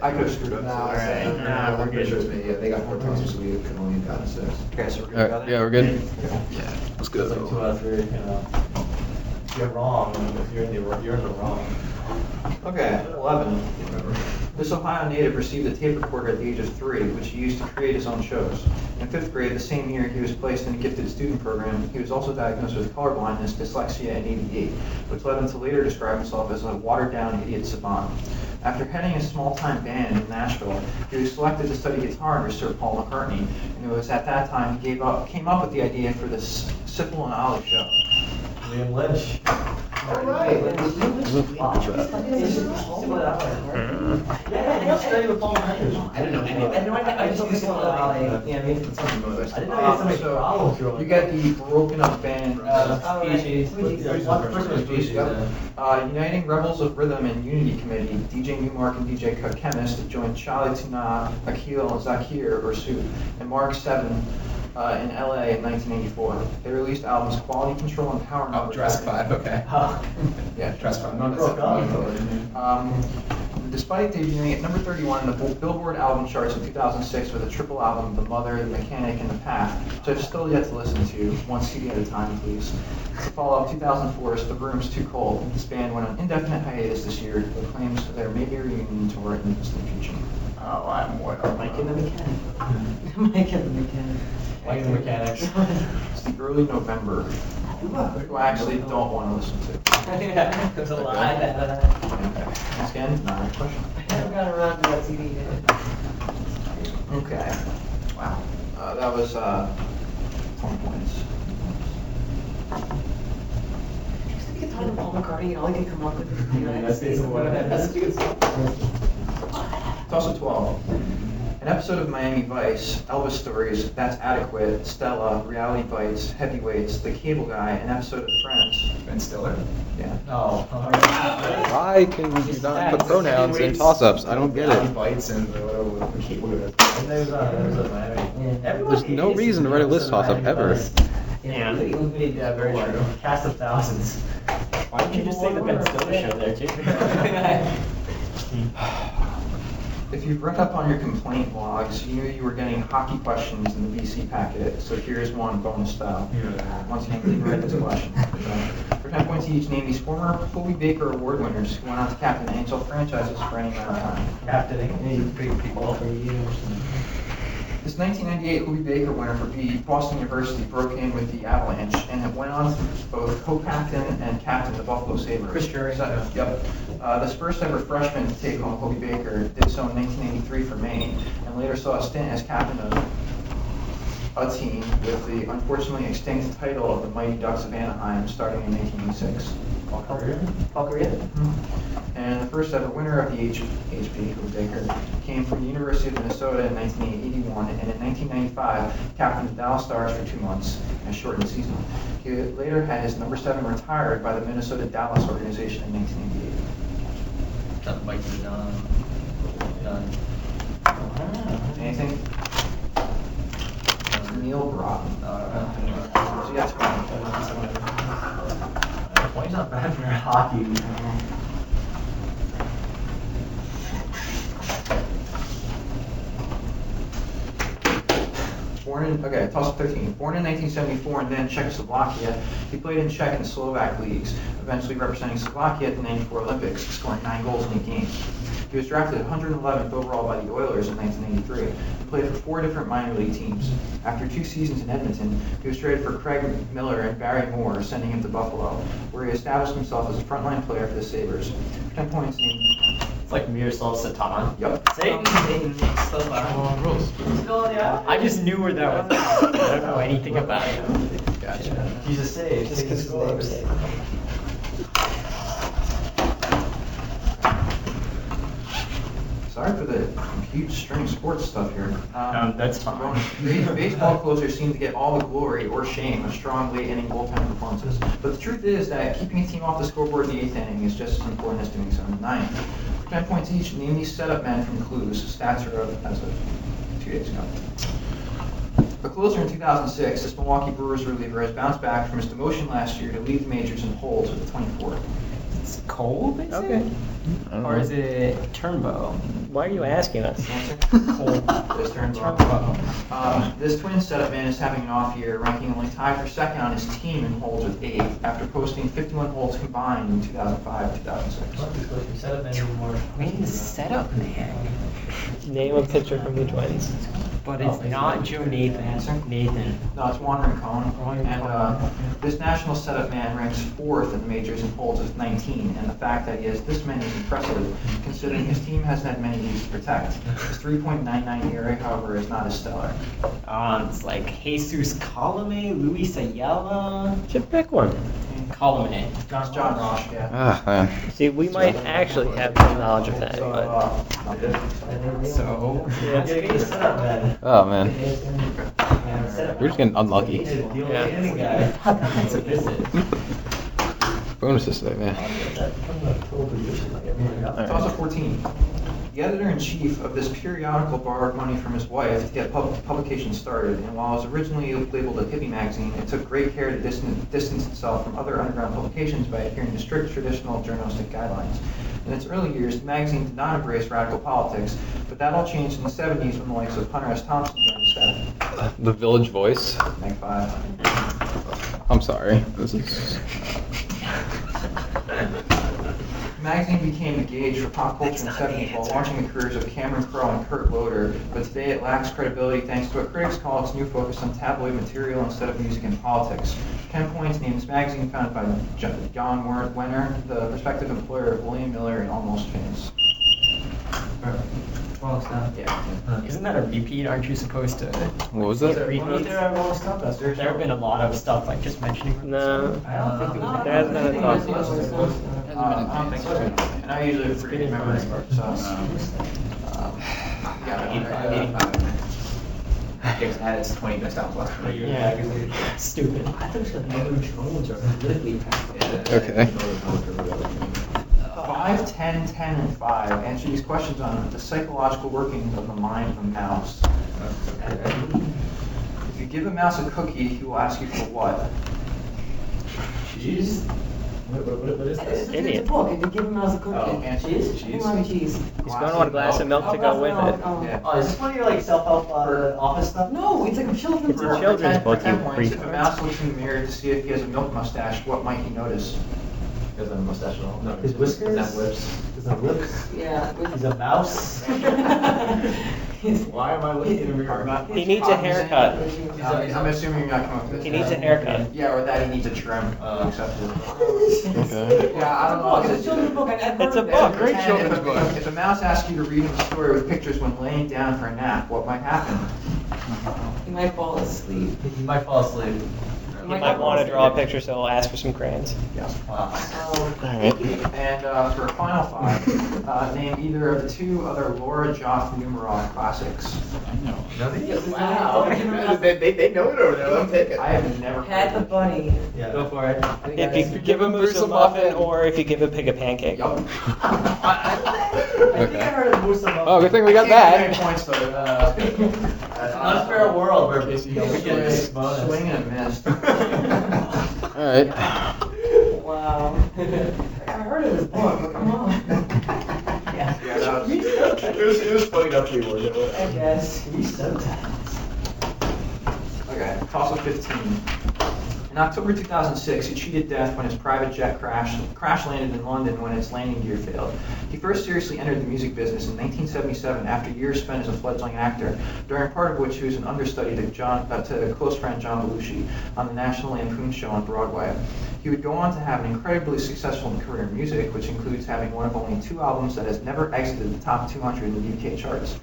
Speaker 3: I could have screwed up.
Speaker 4: No,
Speaker 3: All
Speaker 4: I
Speaker 3: right.
Speaker 4: said-
Speaker 8: Nah, we're
Speaker 4: I'm pretty
Speaker 8: good.
Speaker 4: sure it's me. Yeah, they got four tosses, we could only have gotten six.
Speaker 3: Okay, so we're good
Speaker 6: All
Speaker 3: about
Speaker 6: right,
Speaker 3: it?
Speaker 6: yeah, we're good.
Speaker 5: Let's go. Like two out of three, you know. You're wrong. If You're in the, you're in the wrong.
Speaker 3: Okay, 11. This Ohio native received a tape recorder at the age of three, which he used to create his own shows. In fifth grade, the same year he was placed in a gifted student program, he was also diagnosed with colorblindness, dyslexia, and ADD, which led him to later describe himself as a watered-down idiot savant. After heading a small-time band in Nashville, he was selected to study guitar under Sir Paul McCartney, and it was at that time he gave up, came up with the idea for the S- Syphil and Ollie show.
Speaker 5: Liam Lynch.
Speaker 4: All right.
Speaker 5: Yeah, study with Paul McCartney.
Speaker 7: I don't know any of it. I just used one of the-
Speaker 5: Yeah, I mean, it's something about it. I didn't know you had so
Speaker 3: Um,
Speaker 5: many problems.
Speaker 3: so, you got the broken up band, uh, Uh, Uniting Rebels of Rhythm and Unity Committee, DJ Newmark and DJ Cut Chemist joined Charlie Tuna, Akil, and Zakir Ursu, and Mark Seven uh, in LA in 1984. They released albums Quality Control and Power
Speaker 4: Oh,
Speaker 3: Numbers.
Speaker 4: dress five, okay.
Speaker 3: Yeah.
Speaker 4: Dress five, no,
Speaker 5: Broke up.
Speaker 4: that's it.
Speaker 3: Um, despite debuting at number 31 in the Billboard album charts in 2006 with a triple album, The Mother, The Mechanic, and The Path, which I've still yet to listen to, one CD at a time, please. To follow up 2004's The Room's Too Cold, this band went on indefinite hiatus this year, but claims that there may be a reunion tour in the distant future.
Speaker 5: Oh, I'm what?
Speaker 7: Mike and the mechanic. Mike and the mechanic.
Speaker 5: Like the mechanics.
Speaker 3: It's the early November, who I actually don't want to listen to.
Speaker 7: Yeah, there's a lot of that.
Speaker 3: Okay. Once again, not a question.
Speaker 7: I haven't gotten around to that CD yet.
Speaker 3: Okay. Wow. Uh, that was uh, 20 points.
Speaker 7: Just think it's on Paul McCartney, and all I can come up with is.
Speaker 5: Yeah, that's basically what I-
Speaker 7: That's a good song.
Speaker 3: It's also 12. An episode of Miami Vice, Elvis Stories, That's Adequate, Stella, Reality Bites, Heavyweights, The Cable Guy, an episode of Friends.
Speaker 4: Ben Stiller?
Speaker 3: Yeah.
Speaker 5: No.
Speaker 6: Why can you not put pronouns in toss-ups? I don't get
Speaker 4: Yeah, he
Speaker 6: it.
Speaker 4: bites and whatever, whatever.
Speaker 5: There's, uh, there's a Miami. Everyone
Speaker 6: There's no
Speaker 5: hates
Speaker 6: reason to write a list
Speaker 5: Miami
Speaker 6: toss-up ever.
Speaker 5: Vice.
Speaker 8: Yeah.
Speaker 5: Yeah, very true. Cast of thousands. Why don't you just say the Ben Stiller show there too?
Speaker 3: If you've read up on your complaint blogs, you knew you were getting hockey questions in the BC packet, so here's one bonus style. Once again, please read this question. So, For 10 points each, name these former Colby Baker Award winners who went on to captain
Speaker 5: eh?
Speaker 3: NHL franchises for any amount of time.
Speaker 5: Captaining. Big people.
Speaker 3: This 1998 Louis Baker winner for B, Boston University broke in with the Avalanche and it went on to both co-captain and captain the Buffalo Sabres.
Speaker 8: Chris Drury.
Speaker 3: So- Yep. Uh, This first ever freshman to take home Hobie Baker did so in 1983 for Maine and later saw a stint as captain of a team with the unfortunately extinct title of the Mighty Ducks of Anaheim starting in 1986. Paul Carrier?
Speaker 7: Paul Korea?
Speaker 3: And the first ever winner of the H- HP Hoop Baker came from the University of Minnesota in 1981, and in 1995, captained the Dallas Stars for two months in a shortened season. He later had his number seven retired by the Minnesota Dallas organization in 1988.
Speaker 5: That might be done. Done.
Speaker 3: Anything? Neil Brock.
Speaker 5: Uh,
Speaker 3: So you got 20.
Speaker 5: Twenty's not bad for hockey. you know.
Speaker 3: Born in, okay, toss of 13. Born in 1974 and then Czechoslovakia, he played in Czech and Slovak leagues, eventually representing Slovakia at the 94 Olympics, scoring nine goals in eight games. He was drafted 111th overall by the Oilers in 1983 and played for four different minor league teams. After two seasons in Edmonton, he was traded for Craig Miller and Barry Moore, sending him to Buffalo, where he established himself as a frontline player for the Sabres. For 10 points, he-
Speaker 5: It's like Miroslav Satan.
Speaker 3: yep.
Speaker 8: Satan, Satan, so loud.
Speaker 6: rules.
Speaker 7: Still on the island?
Speaker 8: I just knew where that was. I don't know anything about it.
Speaker 6: Gotcha.
Speaker 5: He's a save.
Speaker 2: Just because his name is
Speaker 3: Sorry for the huge string sports stuff here.
Speaker 5: Um, that's fine.
Speaker 3: Base- Baseball closers seem to get all the glory or shame of strong late inning bullpen performances. But the truth is that keeping a team off the scoreboard in the eighth inning is just as important as doing so in the ninth. For ten points each, name these setup men from clues. Stats are up as of two days ago. A closer in 2006, this Milwaukee Brewers reliever has bounced back from his demotion last year to lead the majors in holds with 24.
Speaker 8: It's cold, is
Speaker 6: Okay.
Speaker 8: it? Or is it Turnbow?
Speaker 2: Why are you asking us?
Speaker 3: Answer?
Speaker 8: Cold.
Speaker 3: This turns off. Um, This twin setup man is having an off year, ranking only tied for second on his team in holds with eight after posting 51 holds combined in 2005 2006.
Speaker 8: Wayne the setup man.
Speaker 2: Name a pitcher from the Twins.
Speaker 8: But Oh, it's not Joe Nathan. Nathan.
Speaker 3: No, it's Wandering Cone.
Speaker 8: Wandering
Speaker 3: And
Speaker 8: Cone.
Speaker 3: uh, this national setup man ranks fourth in the majors in holds with 19, and the fact that he has this many is impressive considering his team hasn't had many leads to protect. His 3.99 ERA, E however, is not as stellar.
Speaker 8: Um, it's like Jesus Colome, Luis Ayala.
Speaker 2: Should pick one.
Speaker 8: Colome.
Speaker 3: It's John Ross, yeah.
Speaker 6: Ah, man.
Speaker 2: See, we might actually have some knowledge of that,
Speaker 3: So,
Speaker 2: but
Speaker 3: uh, not good.
Speaker 8: So,
Speaker 2: Yeah.
Speaker 8: that's based on-
Speaker 6: Oh, man. We're just getting unlucky.
Speaker 8: that's a visit.
Speaker 6: Bonuses today, man.
Speaker 3: It's also 14. The editor-in-chief of this periodical borrowed money from his wife to get pub- publication started, and while it was originally labeled a hippie magazine, it took great care to distance, distance itself from other underground publications by adhering to strict traditional journalistic guidelines. In its early years, the magazine did not embrace radical politics, but that all changed in the 70s when the likes of Hunter S. Thompson joined the staff.
Speaker 6: The Village Voice.
Speaker 3: Mag 5.
Speaker 6: I'm sorry. This is.
Speaker 3: The magazine became the gauge for pop culture in the 70s while launching the careers of Cameron Crowe and Kurt Loder, but today it lacks credibility thanks to what critics call its new focus on tabloid material instead of music and politics. Ken Points named this magazine founded by Jo- John Wer- Wenner, the prospective employer of William Miller and Almost Famous.
Speaker 5: Well, it's not.
Speaker 3: Yeah.
Speaker 8: Isn't that a repeat? Aren't you supposed to?
Speaker 6: What was
Speaker 8: Is it
Speaker 6: that?
Speaker 8: repeat?
Speaker 5: Well,
Speaker 3: Uh,
Speaker 5: there are all stuff that's-
Speaker 8: There have been a lot of stuff like just mentioning.
Speaker 2: no.
Speaker 5: I don't think it was.
Speaker 2: There hasn't been a talk.
Speaker 3: Uh, I don't think so. And I usually forget to remember it, so. um, yeah, I don't know.
Speaker 5: James had his 20 best out last year.
Speaker 8: Yeah. Stupid.
Speaker 6: Okay.
Speaker 3: Five, ten, ten, and 5 answer these questions on the psychological workings of the mind of a mouse. If you give a mouse a cookie, he will ask you for what?
Speaker 5: Cheese? What, what, what- what is this?
Speaker 2: Idiot.
Speaker 7: It's a book, if you give him mouse a cookie.
Speaker 5: Oh,
Speaker 3: and
Speaker 7: cheese?
Speaker 5: cheese.
Speaker 7: I want cheese.
Speaker 2: He's going to want a glass of milk to go with it.
Speaker 7: Oh,
Speaker 3: Yeah.
Speaker 5: Oh, is this one of your like self-help uh, office stuff?
Speaker 7: No, it's like a children's
Speaker 2: It's a
Speaker 7: book.
Speaker 2: children's
Speaker 3: For ten-
Speaker 2: book,
Speaker 3: for ten
Speaker 2: you
Speaker 3: points, If a
Speaker 2: freak.
Speaker 3: mouse looks in the mirror to see if he has a milk mustache, what might he notice? because I'm obsessional. No,
Speaker 5: His whiskers?
Speaker 3: Is that lips?
Speaker 5: Is that lips?
Speaker 7: Yeah. with-
Speaker 5: He's a mouse.
Speaker 7: He's-
Speaker 5: Why am I looking at her? Not
Speaker 2: He needs a haircut.
Speaker 3: I'm I'm assuming you're not coming up with this.
Speaker 2: He needs a haircut.
Speaker 3: Yeah, or that he needs a trim, uh, accepted.
Speaker 6: Okay.
Speaker 3: Yeah, I don't know.
Speaker 7: It's a book, it's a children's book, I- I've heard
Speaker 2: It's a
Speaker 7: of it.
Speaker 2: book.
Speaker 3: Pretend
Speaker 6: Great children's
Speaker 3: if a-
Speaker 6: book.
Speaker 3: If a mouse asks you to read him a story with pictures when laying down for a nap, what might happen?
Speaker 7: You might fall asleep.
Speaker 5: You might fall asleep.
Speaker 2: He might want to draw a picture, so I'll ask for some crayons.
Speaker 3: Yeah.
Speaker 5: Wow.
Speaker 7: Oh,
Speaker 3: And uh, for a final five, uh, name either of the two other Laura Joff numerology classics.
Speaker 7: Wow.
Speaker 6: They, they, they know it over there, let them take it.
Speaker 3: I have never.
Speaker 7: Pat the
Speaker 3: heard of
Speaker 7: bunny.
Speaker 5: Yeah, go for it.
Speaker 2: If you give a moose a muffin, or if you give a pig a pancake.
Speaker 5: I
Speaker 3: Yup.
Speaker 5: think I heard of Musa
Speaker 6: Oh, good thing we got that.
Speaker 3: Any points though?
Speaker 5: Uh,
Speaker 3: Uh,
Speaker 5: It's an unfair world where people get this bonus.
Speaker 3: Swing and a miss.
Speaker 6: All right.
Speaker 7: Wow. I heard of this book, come on.
Speaker 3: Yeah, that was-
Speaker 6: It was, it was funny enough uh, we were doing
Speaker 7: I guess.
Speaker 5: We sometimes.
Speaker 3: Okay, fossil 15. In October 2006, he cheated death when his private jet crash, crash landed in London when its landing gear failed. He first seriously entered the music business in 1977 after years spent as a fledgling actor, during part of which he was an understudy to, John, uh, to close friend John Belushi on the National Lampoon Show on Broadway. He would go on to have an incredibly successful career in music, which includes having one of only two albums that has never exited the top 200 in the UK charts.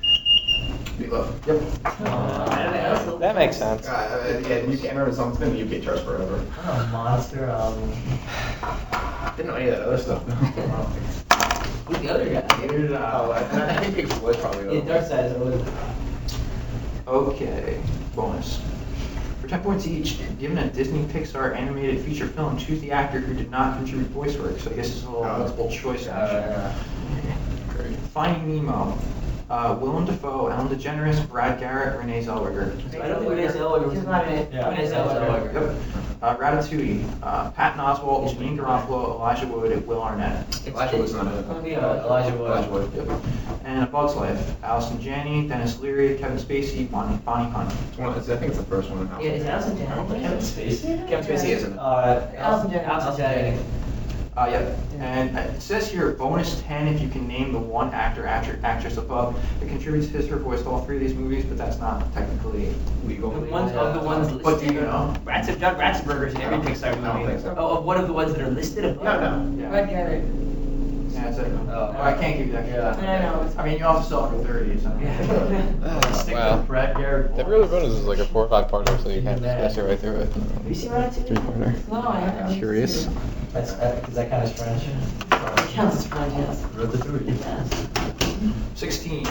Speaker 6: Meatloaf.
Speaker 3: Yep.
Speaker 2: That makes sense.
Speaker 6: Uh, yeah, you can't remember something in the UK charts forever.
Speaker 5: What a monster album.
Speaker 6: Didn't know any of that other stuff. Who's the other guy? Neither did I. Oh, I, I think Pink Floyd probably.
Speaker 5: Yeah, Dark Side is always.
Speaker 3: Okay, bonus. For 10 points each, given a Disney Pixar animated feature film, choose the actor who did not contribute voice work. So I guess it's a little
Speaker 6: Oh.
Speaker 3: multiple choice action.
Speaker 6: Uh, great.
Speaker 3: Finding Nemo. Uh, Willem Dafoe, Ellen DeGeneres, Brad Garrett, Renee Zellweger.
Speaker 5: I don't think Renee Zellweger was
Speaker 7: He's
Speaker 5: in
Speaker 7: not in
Speaker 5: it.
Speaker 7: it.
Speaker 5: Yeah.
Speaker 7: Renee Zellweger.
Speaker 3: Yep. Uh, Ratatouille. Uh, Patton Oswalt, Janine Garofalo, Elijah Wood, Will Arnett.
Speaker 6: Elijah Wood's not in it.
Speaker 7: Gonna be
Speaker 5: Yeah,
Speaker 7: a-
Speaker 5: Elijah Wood.
Speaker 6: uh, Elijah Wood. Yep.
Speaker 3: And A Bug's Life. Allison Janney, Dennis Leary, Kevin Spacey, Bonnie, Bonnie Hunt.
Speaker 6: It's one, it's, I think it's the first one.
Speaker 7: Yeah, is Allison Janney?
Speaker 5: Oh, Kevin Spacey?
Speaker 6: Kevin Spacey is in it.
Speaker 5: Uh,
Speaker 7: Allison Janney.
Speaker 5: Allison Janney.
Speaker 3: Uh, yep. And it says here, bonus 10 if you can name the one actor, actor, actress above that contributes his or her voice to all three of these movies, but that's not technically
Speaker 6: Legal.
Speaker 8: The ones of the ones listed.
Speaker 3: But do you know?
Speaker 8: Rats of John Ratzenberger's in every Pixar movie.
Speaker 6: I don't think so.
Speaker 8: Oh, of one of the ones that are listed above.
Speaker 6: No, no.
Speaker 3: Yeah.
Speaker 7: Brad Garrett.
Speaker 3: Yeah, it's a,
Speaker 5: Oh.
Speaker 3: I can't give you that.
Speaker 7: I
Speaker 5: Yeah.
Speaker 7: know. it's-
Speaker 3: I mean, you also sell it for 30, so.
Speaker 5: Stick
Speaker 6: Ah, wow.
Speaker 5: with Brad Garrett.
Speaker 6: Every other bonus is like a four or five parter, so you kind of just go right through it.
Speaker 7: Have you seen Ratatouille?
Speaker 6: Three parter.
Speaker 7: No, I haven't.
Speaker 6: Curious.
Speaker 5: That's, that, is that kind of French?
Speaker 7: It Counts as fun, yes.
Speaker 5: Wrote the three.
Speaker 7: Yes.
Speaker 3: 16.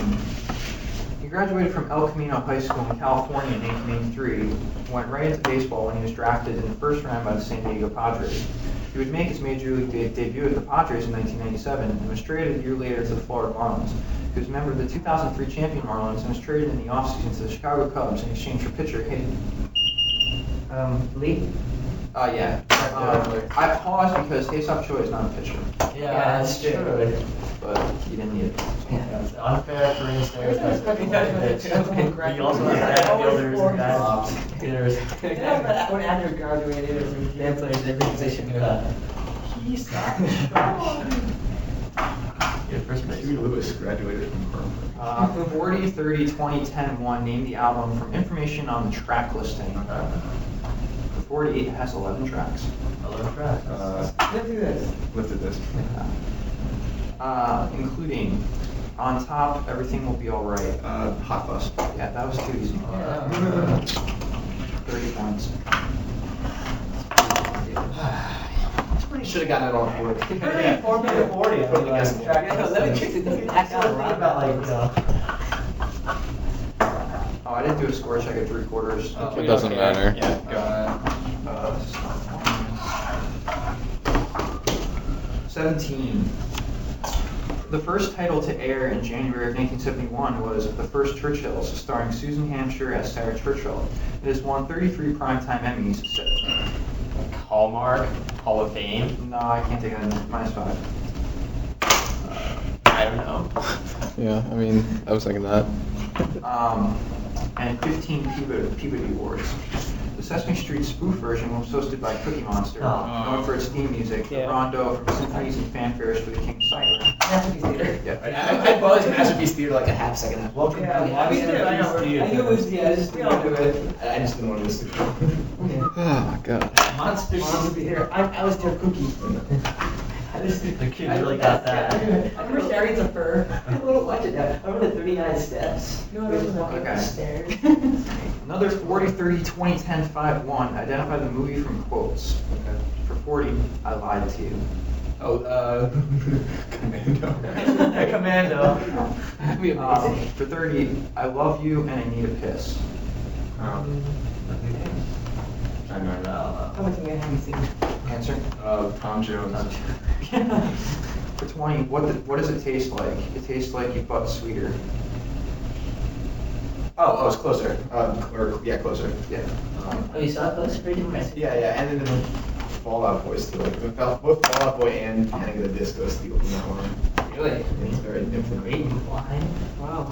Speaker 3: He graduated from El Camino High School in California in 1983, went right into baseball when he was drafted in the first round by the San Diego Padres. He would make his major league de- debut at the Padres in 1997 and was traded a year later to the Florida Marlins. He was a member of the 2003 champion Marlins and was traded in the offseason to the Chicago Cubs in exchange for pitcher Hayden.
Speaker 5: Um, Lee?
Speaker 3: Uh, yeah. Uh, I paused because Aesop Choi is not a pitcher,
Speaker 5: Yeah, that's true.
Speaker 3: but he didn't need it.
Speaker 5: It's unfair for him to
Speaker 7: I was expecting that to be a joke.
Speaker 5: We also have backfielders and guys, hitters.
Speaker 7: Did I have that one actor graduated as a band player in every position?
Speaker 5: Yeah.
Speaker 7: He's not.
Speaker 5: Your first
Speaker 6: Huey Lewis graduated from Harvard.
Speaker 3: Uh, 40, 30, 20, 10, 1, name the album from information on the track listing. 40 has 11 tracks.
Speaker 5: Hello, Brad.
Speaker 6: Uh,
Speaker 7: Let's do this.
Speaker 6: lifted this.
Speaker 3: Uh, including On Top, Everything Will Be Alright.
Speaker 6: Uh, hot bus.
Speaker 3: Yeah, that was too easy.
Speaker 5: Yeah.
Speaker 3: 30 points.
Speaker 6: Should have gotten it on board.
Speaker 5: Pretty formative forty. I mean, like,
Speaker 6: Guess-
Speaker 5: track
Speaker 7: Yeah,
Speaker 5: listing.
Speaker 7: let me kick it, let me
Speaker 5: I
Speaker 7: back
Speaker 5: still
Speaker 7: out a
Speaker 5: think
Speaker 7: lot.
Speaker 5: about like, you know,
Speaker 3: Oh, I didn't do a score check at three quarters.
Speaker 6: It doesn't matter.
Speaker 3: Uh, uh, 17. The first title to air in January of 1971 was The First Churchills, starring Susan Hampshire as Sarah Churchill. It has won 33 primetime Emmys. So,
Speaker 8: Hallmark, Hall of Fame.
Speaker 3: no, I can't take that minus five.
Speaker 8: I don't know.
Speaker 6: Yeah, I mean, I was thinking that.
Speaker 3: um, and 15 Peabody, Peabody Awards. The The Sesame Street spoof version was hosted by Cookie Monster,
Speaker 2: Oh.
Speaker 3: known for its theme music, the
Speaker 9: Yeah.
Speaker 3: rondo from symphonies and fanfares for the King's Cyber.
Speaker 5: Masterpiece Theater.
Speaker 3: Yeah.
Speaker 5: I, I buzzed Masterpiece Theater like a half second. I'm like, Welcome to
Speaker 10: Yeah,
Speaker 7: I mean,
Speaker 5: Masterpiece
Speaker 7: I know,
Speaker 5: Theater.
Speaker 7: I knew it was, yeah, I just, we all do it.
Speaker 5: I I just didn't want to listen.
Speaker 6: Oh my god.
Speaker 5: Monster Theater. I, I was their cookie. I just,
Speaker 6: The kid really got that.
Speaker 5: I remember carrying a fur. I don't watch it now. I remember the 39 steps.
Speaker 7: No, I don't know.
Speaker 3: Okay.
Speaker 5: Stairs.
Speaker 3: Another 40, 30, 20, 10, 5, 1. Identify the movie from quotes. For 40, I lied to you.
Speaker 10: Oh, uh, commando.
Speaker 5: Commando.
Speaker 3: That'd be amazing. Um, for 30, I love you and I need a piss.
Speaker 10: Um,
Speaker 6: I Oh, remember that.
Speaker 7: How much I haven't seen?
Speaker 3: Answer.
Speaker 10: uh, Tom Jones.
Speaker 3: For 20, what, the, what does it taste like? It tastes like you butt sweeter.
Speaker 10: Oh, oh, it's closer. Uh, or yeah, closer.
Speaker 3: Yeah.
Speaker 10: Um,
Speaker 5: Oh, you saw it? That's pretty impressive.
Speaker 10: yeah, yeah, and then the Fallout Boys too. Like, the Fall- both Fallout Boy and Panic at the Disco steal from that one.
Speaker 5: Really?
Speaker 10: It's very different.
Speaker 5: Great wine. Wow.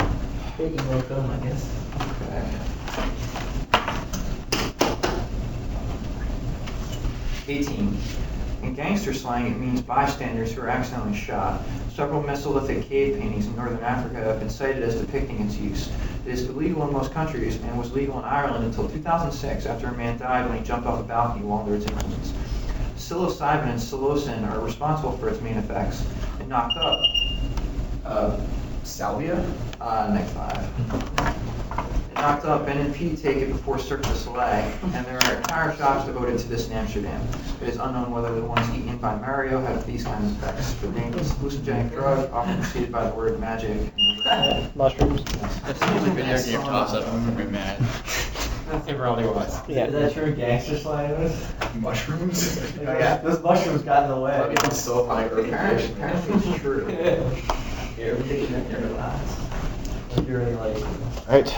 Speaker 5: Pretty well film, I guess.
Speaker 3: Okay. 18. In gangster slang, it means bystanders who are accidentally shot. Several Mesolithic cave paintings in northern Africa have been cited as depicting its use. It is illegal in most countries and was legal in Ireland until 2006 after a man died when he jumped off a balcony while under its influence. Psilocybin and psilocin are responsible for its main effects. And knocked up.
Speaker 10: Uh, Salvia.
Speaker 3: Uh, next five. Knocked up, NNP take it before Cirque du Soleil, and there are entire shops devoted to this in Amsterdam. It is unknown whether the ones eaten by Mario have these kinds of effects. The name is hallucinogenic drug, often preceded by the word magic.
Speaker 9: Mushrooms.
Speaker 6: That's usually been there in your toss up. I'm gonna be mad. That's it really was.
Speaker 5: Is that your gangster slide was?
Speaker 10: Mushrooms. oh yeah.
Speaker 5: Those mushrooms got in the way.
Speaker 10: That'd be so high
Speaker 3: Apparently,
Speaker 10: organization.
Speaker 3: apparently it's true.
Speaker 5: You're ridiculous. You're relaxed. You're really like.
Speaker 6: Alright.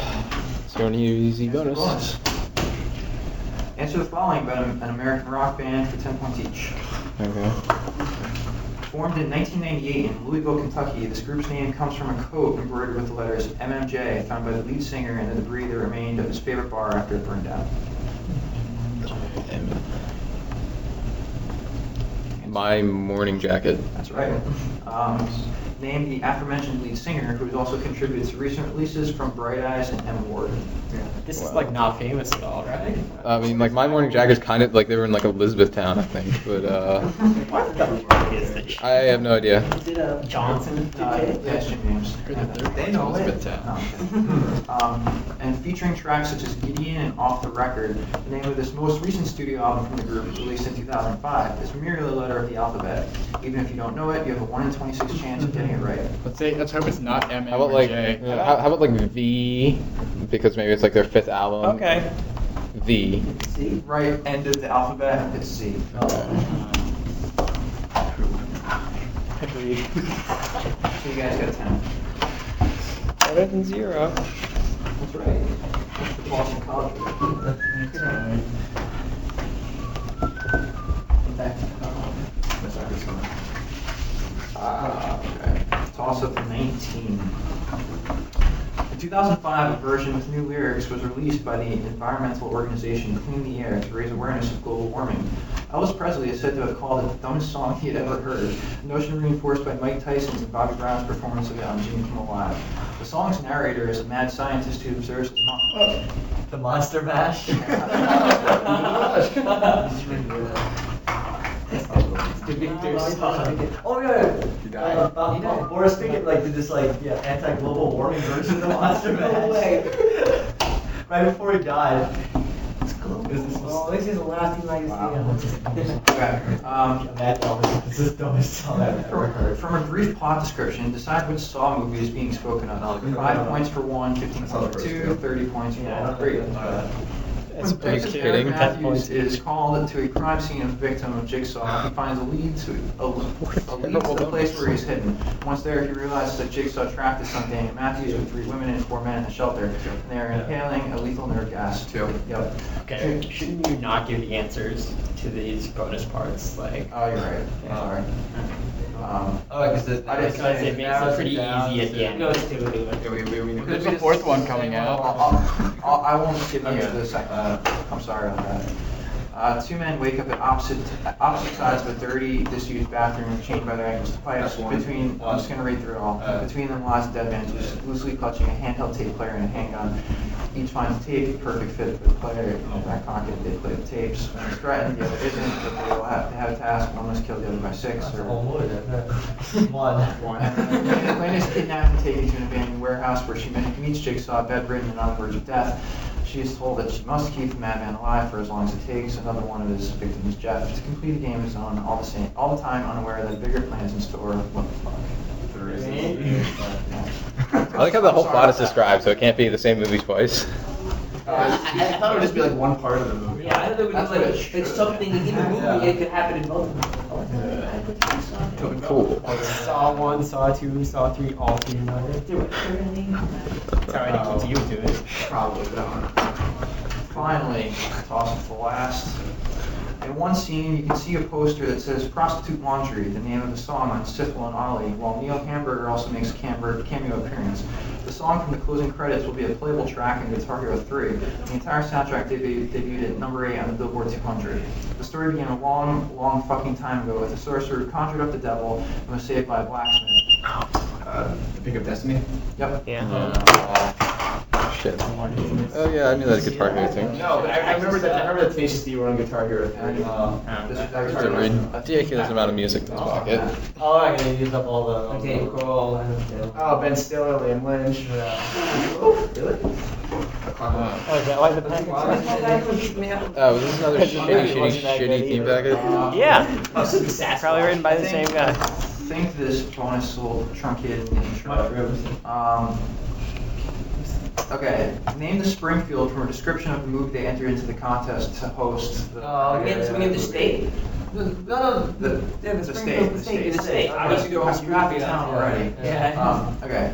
Speaker 6: So an easy bonus.
Speaker 3: Answer the following about an American rock band for 10 points each.
Speaker 6: Okay.
Speaker 3: Formed in 1998 in Louisville, Kentucky, this group's name comes from a coat embroidered with the letters MMJ found by the lead singer in the debris that remained of his favorite bar after it burned down.
Speaker 6: My morning jacket.
Speaker 3: That's right. Um, named the aforementioned lead singer, who's also contributed to recent releases from Bright Eyes and M Ward.
Speaker 2: This is
Speaker 6: Wow.
Speaker 2: like not famous at all, right?
Speaker 6: I mean, like my morning jacket's kind of like they were in like Elizabethtown, I think, but uh,
Speaker 2: What the fuck is this?
Speaker 6: I have no idea.
Speaker 5: Is it uh,
Speaker 2: Johnson?
Speaker 3: Uh, yes, your names.
Speaker 6: They
Speaker 3: know it.
Speaker 6: Town.
Speaker 3: Um, and featuring tracks such as Gideon and Off the Record, the name of this most recent studio album from the group, released in 2005, is merely a letter of the alphabet. Even if you don't know it, you have a 1 in 26 chance of getting it right.
Speaker 11: Let's say let's hope it's not M
Speaker 6: How about like yeah, how, how about like V? Because maybe it's like their fifth album.
Speaker 9: Okay.
Speaker 6: V.
Speaker 3: Z, right end of the alphabet, it's Z.
Speaker 9: Agreed.
Speaker 3: So you guys got 10.
Speaker 9: Better than zero.
Speaker 3: That's right. The Boston College. Back to the column. Ah, okay. Toss up for 19. In 2005, a version with new lyrics was released by the environmental organization Clean the Air to raise awareness of global warming. Elvis Presley is said to have called it the dumbest song he had ever heard, a notion reinforced by Mike Tyson's and Bobby Brown's performance of it on Jimmy Kimmel Live. The song's narrator is a mad scientist who observes his mom.
Speaker 5: the Monster Mash? Oh yeah.
Speaker 10: He died.
Speaker 5: Uh, Bob- Bob- Boris Pickett like did this like yeah anti-global warming version of the Monster
Speaker 7: No
Speaker 5: Mash.
Speaker 7: way.
Speaker 5: right before he died. It's global.
Speaker 7: Oh, this is the last thing I can see.
Speaker 3: Okay. Um,
Speaker 5: Matt Elvis. This is the dumbest song I've ever
Speaker 3: From
Speaker 5: heard.
Speaker 3: from a brief plot description, decide which Saw movie is being spoken of. Five points for one, 15
Speaker 10: That's all
Speaker 3: points for
Speaker 10: the first two.
Speaker 3: two, 30 points for
Speaker 5: Uh, Yeah, I
Speaker 3: all
Speaker 5: don't
Speaker 3: three.
Speaker 5: think I know that.
Speaker 9: That's
Speaker 3: When
Speaker 9: pretty
Speaker 3: Detective
Speaker 9: cute.
Speaker 3: Eric
Speaker 6: kidding.
Speaker 3: Matthews is called to a crime scene of a victim of
Speaker 5: Uh-huh.
Speaker 3: Jigsaw, he finds a lead to a, a lead to the place where he's hidden. Once there, he realizes that Jigsaw trapped is something. and Matthews with three women and four men in the shelter, and they are inhaling a lethal nerve gas.
Speaker 10: Two.
Speaker 3: Yep.
Speaker 2: Okay, shouldn't you not give the answers?
Speaker 5: to these bonus parts, like.
Speaker 3: Oh, you're right. Sorry. Um,
Speaker 5: Oh, because the.
Speaker 3: I didn't
Speaker 2: Because it makes it pretty easy at the end.
Speaker 7: No, it's two.
Speaker 3: yeah, we- we- we-
Speaker 5: There's
Speaker 12: a fourth one coming
Speaker 3: I'll-
Speaker 12: out.
Speaker 3: I'll- I'll- I won't get into
Speaker 12: Okay.
Speaker 3: this. Uh, I'm sorry about that. Uh, two men wake up at opposite opposite sides of a dirty, disused bathroom, chained by their ankles to pipes.
Speaker 5: That's one.
Speaker 3: Between, I'm just gonna read through it all.
Speaker 5: Uh,
Speaker 3: Between them lies a dead man loose- loosely clutching a handheld tape player and a handgun. Each finds tape, perfect fit for the player. In their back pocket, they play the tapes. One is threatened, the other isn't, but they will have to have a task. One must kill the other by six or.
Speaker 5: One.
Speaker 3: Lynn is kidnapped and taken to an abandoned warehouse where she met- meets Jigsaw bedridden and on the verge of death. She is told that she must keep the madman alive for as long as it takes. Another one of his victims, Jeff, to complete the game is on all the same, all the time unaware that bigger plans in store. What the fuck?
Speaker 6: I like how the whole plot is described, so it can't be the same movie twice.
Speaker 12: Uh, I, I thought it would just be like one part of the movie.
Speaker 7: Yeah, I thought it was
Speaker 12: That's
Speaker 7: like,
Speaker 12: what it
Speaker 7: it's
Speaker 12: should.
Speaker 7: something in the
Speaker 5: Yeah.
Speaker 7: movie, it could happen in both of them.
Speaker 6: Cool.
Speaker 5: Saw one, saw two, saw three, all three. Do it.
Speaker 12: Sorry,
Speaker 5: I think
Speaker 12: you do it. Probably, but I don't know.
Speaker 3: Finally, toss it for last. In one scene, you can see a poster that says Prostitute Laundry, the name of the song on Syphil and Ollie, while Neil Hamburger also makes a camber- cameo appearance. The song from the closing credits will be a playable track in Guitar Hero 3. The entire soundtrack debu- debuted at number 8 on the Billboard 200. The story began a long, long fucking time ago with a sorcerer who conjured up the devil and was saved by a blacksmith.
Speaker 5: Uh, the Pick of Destiny.
Speaker 3: Yep.
Speaker 2: uh,
Speaker 5: Uh,
Speaker 6: Shit. Oh yeah, I knew that Guitar Hero thing.
Speaker 5: No, but I, I remember that. I remember that Tenacious D were on Guitar Hero.
Speaker 3: And, uh, this was
Speaker 6: There's a ridiculous amount of music in this pocket.
Speaker 13: Oh, I'm gonna use up all the.
Speaker 7: Okay, cool.
Speaker 5: Oh, Ben Stiller, Liam Lynch. Really?
Speaker 13: Oh, is that why the package?
Speaker 6: Oh, this is another shitty, shitty,
Speaker 13: Wasn't that good
Speaker 6: shitty theme
Speaker 13: either.
Speaker 6: packet.
Speaker 2: Yeah,
Speaker 5: Probably
Speaker 2: probably written by the
Speaker 3: Think-
Speaker 2: same guy.
Speaker 3: Think this bonus will truncate the intro.
Speaker 5: Mushrooms.
Speaker 3: Um, okay, name the Springfield from a description of the movie they entered into the contest to host. The,
Speaker 7: Uh, We have, so we have the state.
Speaker 3: no, no, the,
Speaker 7: Yeah, the
Speaker 3: the state,
Speaker 7: Springfield, the state, the state.
Speaker 3: I was you have the town already.
Speaker 7: Yeah.
Speaker 3: Um, okay,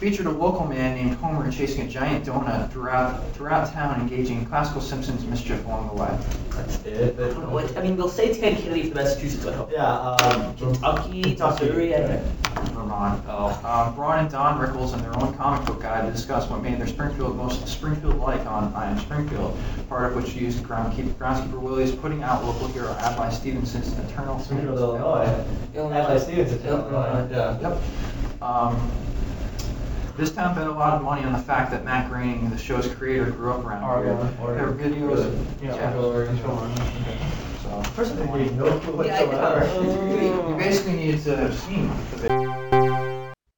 Speaker 3: featured a local man named Homer chasing a giant donut throughout throughout town, engaging in classical Simpsons mischief along the way.
Speaker 5: That's it.
Speaker 7: I don't know what- I mean, they'll say it's Ted Kennedy for Massachusetts, I hope.
Speaker 5: Yeah. Um,
Speaker 7: Kentucky, Missouri, I don't know.
Speaker 3: Vermont. Um, Braun and Don Rickles in their own comic book guide to discuss what made their Springfield most Springfield-like on I Am Springfield, part of which used groundkeeper, groundskeeper Willie's putting out local hero Adlai Stevenson's Eternal
Speaker 5: Springfield,
Speaker 3: Springfield.
Speaker 5: Illinois. Adlai Stevens is
Speaker 7: Illinois.
Speaker 5: Illinois. Oh, Yeah.
Speaker 3: Yep. Um, this town bet a lot of money on the fact that Matt Groening, the show's creator, grew up around
Speaker 5: Oregon.
Speaker 3: here. Their uh, videos, Oh, yeah. So
Speaker 5: First of all, no clue
Speaker 7: Yeah, I know.
Speaker 5: whatsoever.
Speaker 3: you basically need to have seen the video.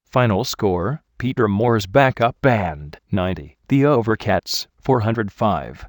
Speaker 1: Final score Peter Moore's backup band, 90. The Overcats, 405.